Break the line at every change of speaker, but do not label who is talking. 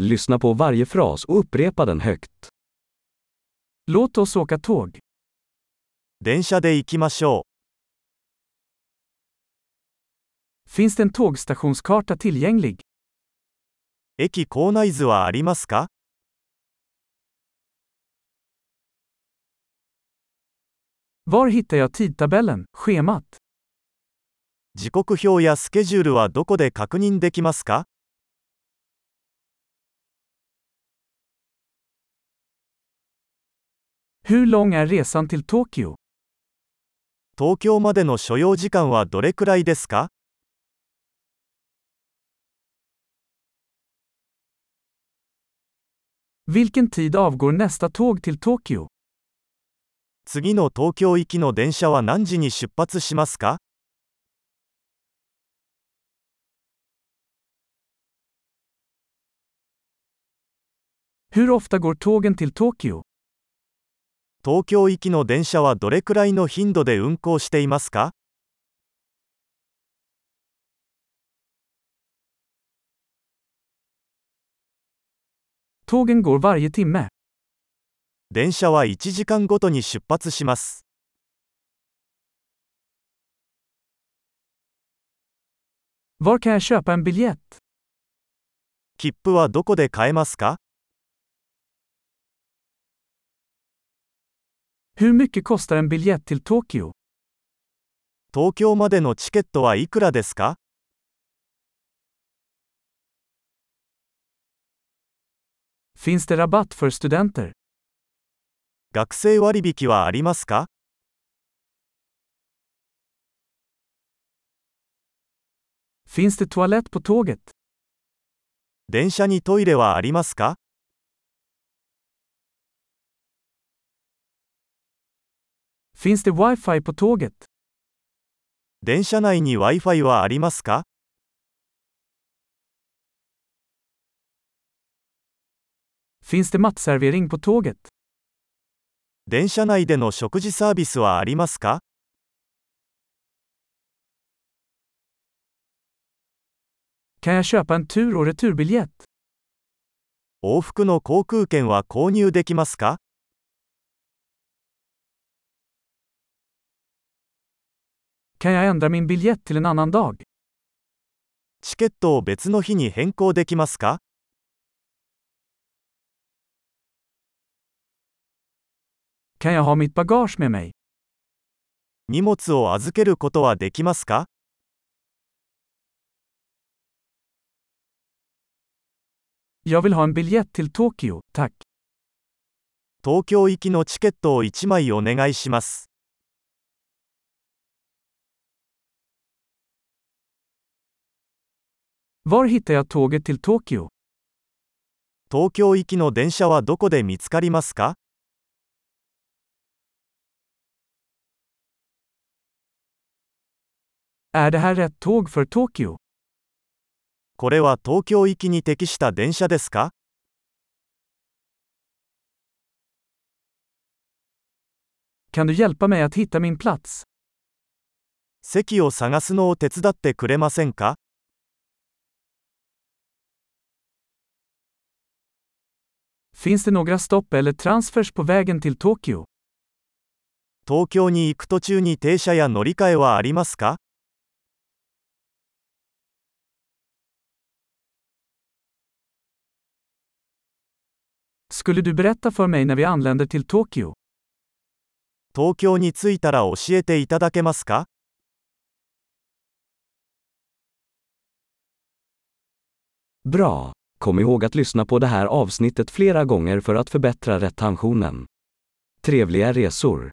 Lyssna på varje fras och upprepa den högt. Låt oss åka tåg.
電車で行きましょ
Finns det en tågstationskarta tillgänglig?
う。駅構内図はありますか
Var hittar jag tidtabellen, schemat?
時刻表やスケジュールはどこで確認できますか
Hur lång är resan till Tokyo?
東京までの所要時間はどれくらいですか
Vilken tid avgår nästa tåg till Tokyo?
次の東京行きの電車は何時に出発しますか
Hur ofta går tågen till Tokyo?
東京行きの電車はどれくらいの頻度で運行していますか
Tågen går varje timme.
電車は1時間ごとに出発します。
Var kan jag köpa en biljett?
切符はどこで買えますか
Hur mycket kostar en biljett till Tokyo?
東京までのチケットはいくらですか
Finns det rabatt för studenter?
学生割引はありますか
Finns det toalett på tåget?
電車にトイレはありますか
Finns det wifi på tåget?
電車内に Wi-Fi はありますか
Finns det matservering på tåget?
電車内での食事サービスはありますか
Kan jag köpa en tur och returbiljett?
往復の航空券は購入できますか
Kan jag ändra min biljett till en annan dag?
チケットを別の日に変更できますか
Kan jag ha mitt bagage med mig?
荷物を預けることはできますか
Jag vill ha en biljett till Tokyo, tack.
東京行きのチケットを1枚お願いします。
Var hittar jag tåget till Tokyo?
東京行きの電車はどこで見つかりますか
Är det här rätt tåg för Tokyo?
これは東京行きに適した電車ですか
Kan du hjälpa mig att hitta min plats?
席を探すのを手伝ってくれませんか
Finns det några stopp eller transfers på vägen till Tokyo?
東京に行く途中に停車や乗り換えはありますか
Skulle du berätta för mig när vi anländer till Tokyo?
東京に着いたら教えていただけますか
Bra! Kom ihåg att lyssna på det här avsnittet flera gånger för att förbättra retentionen. Trevliga resor!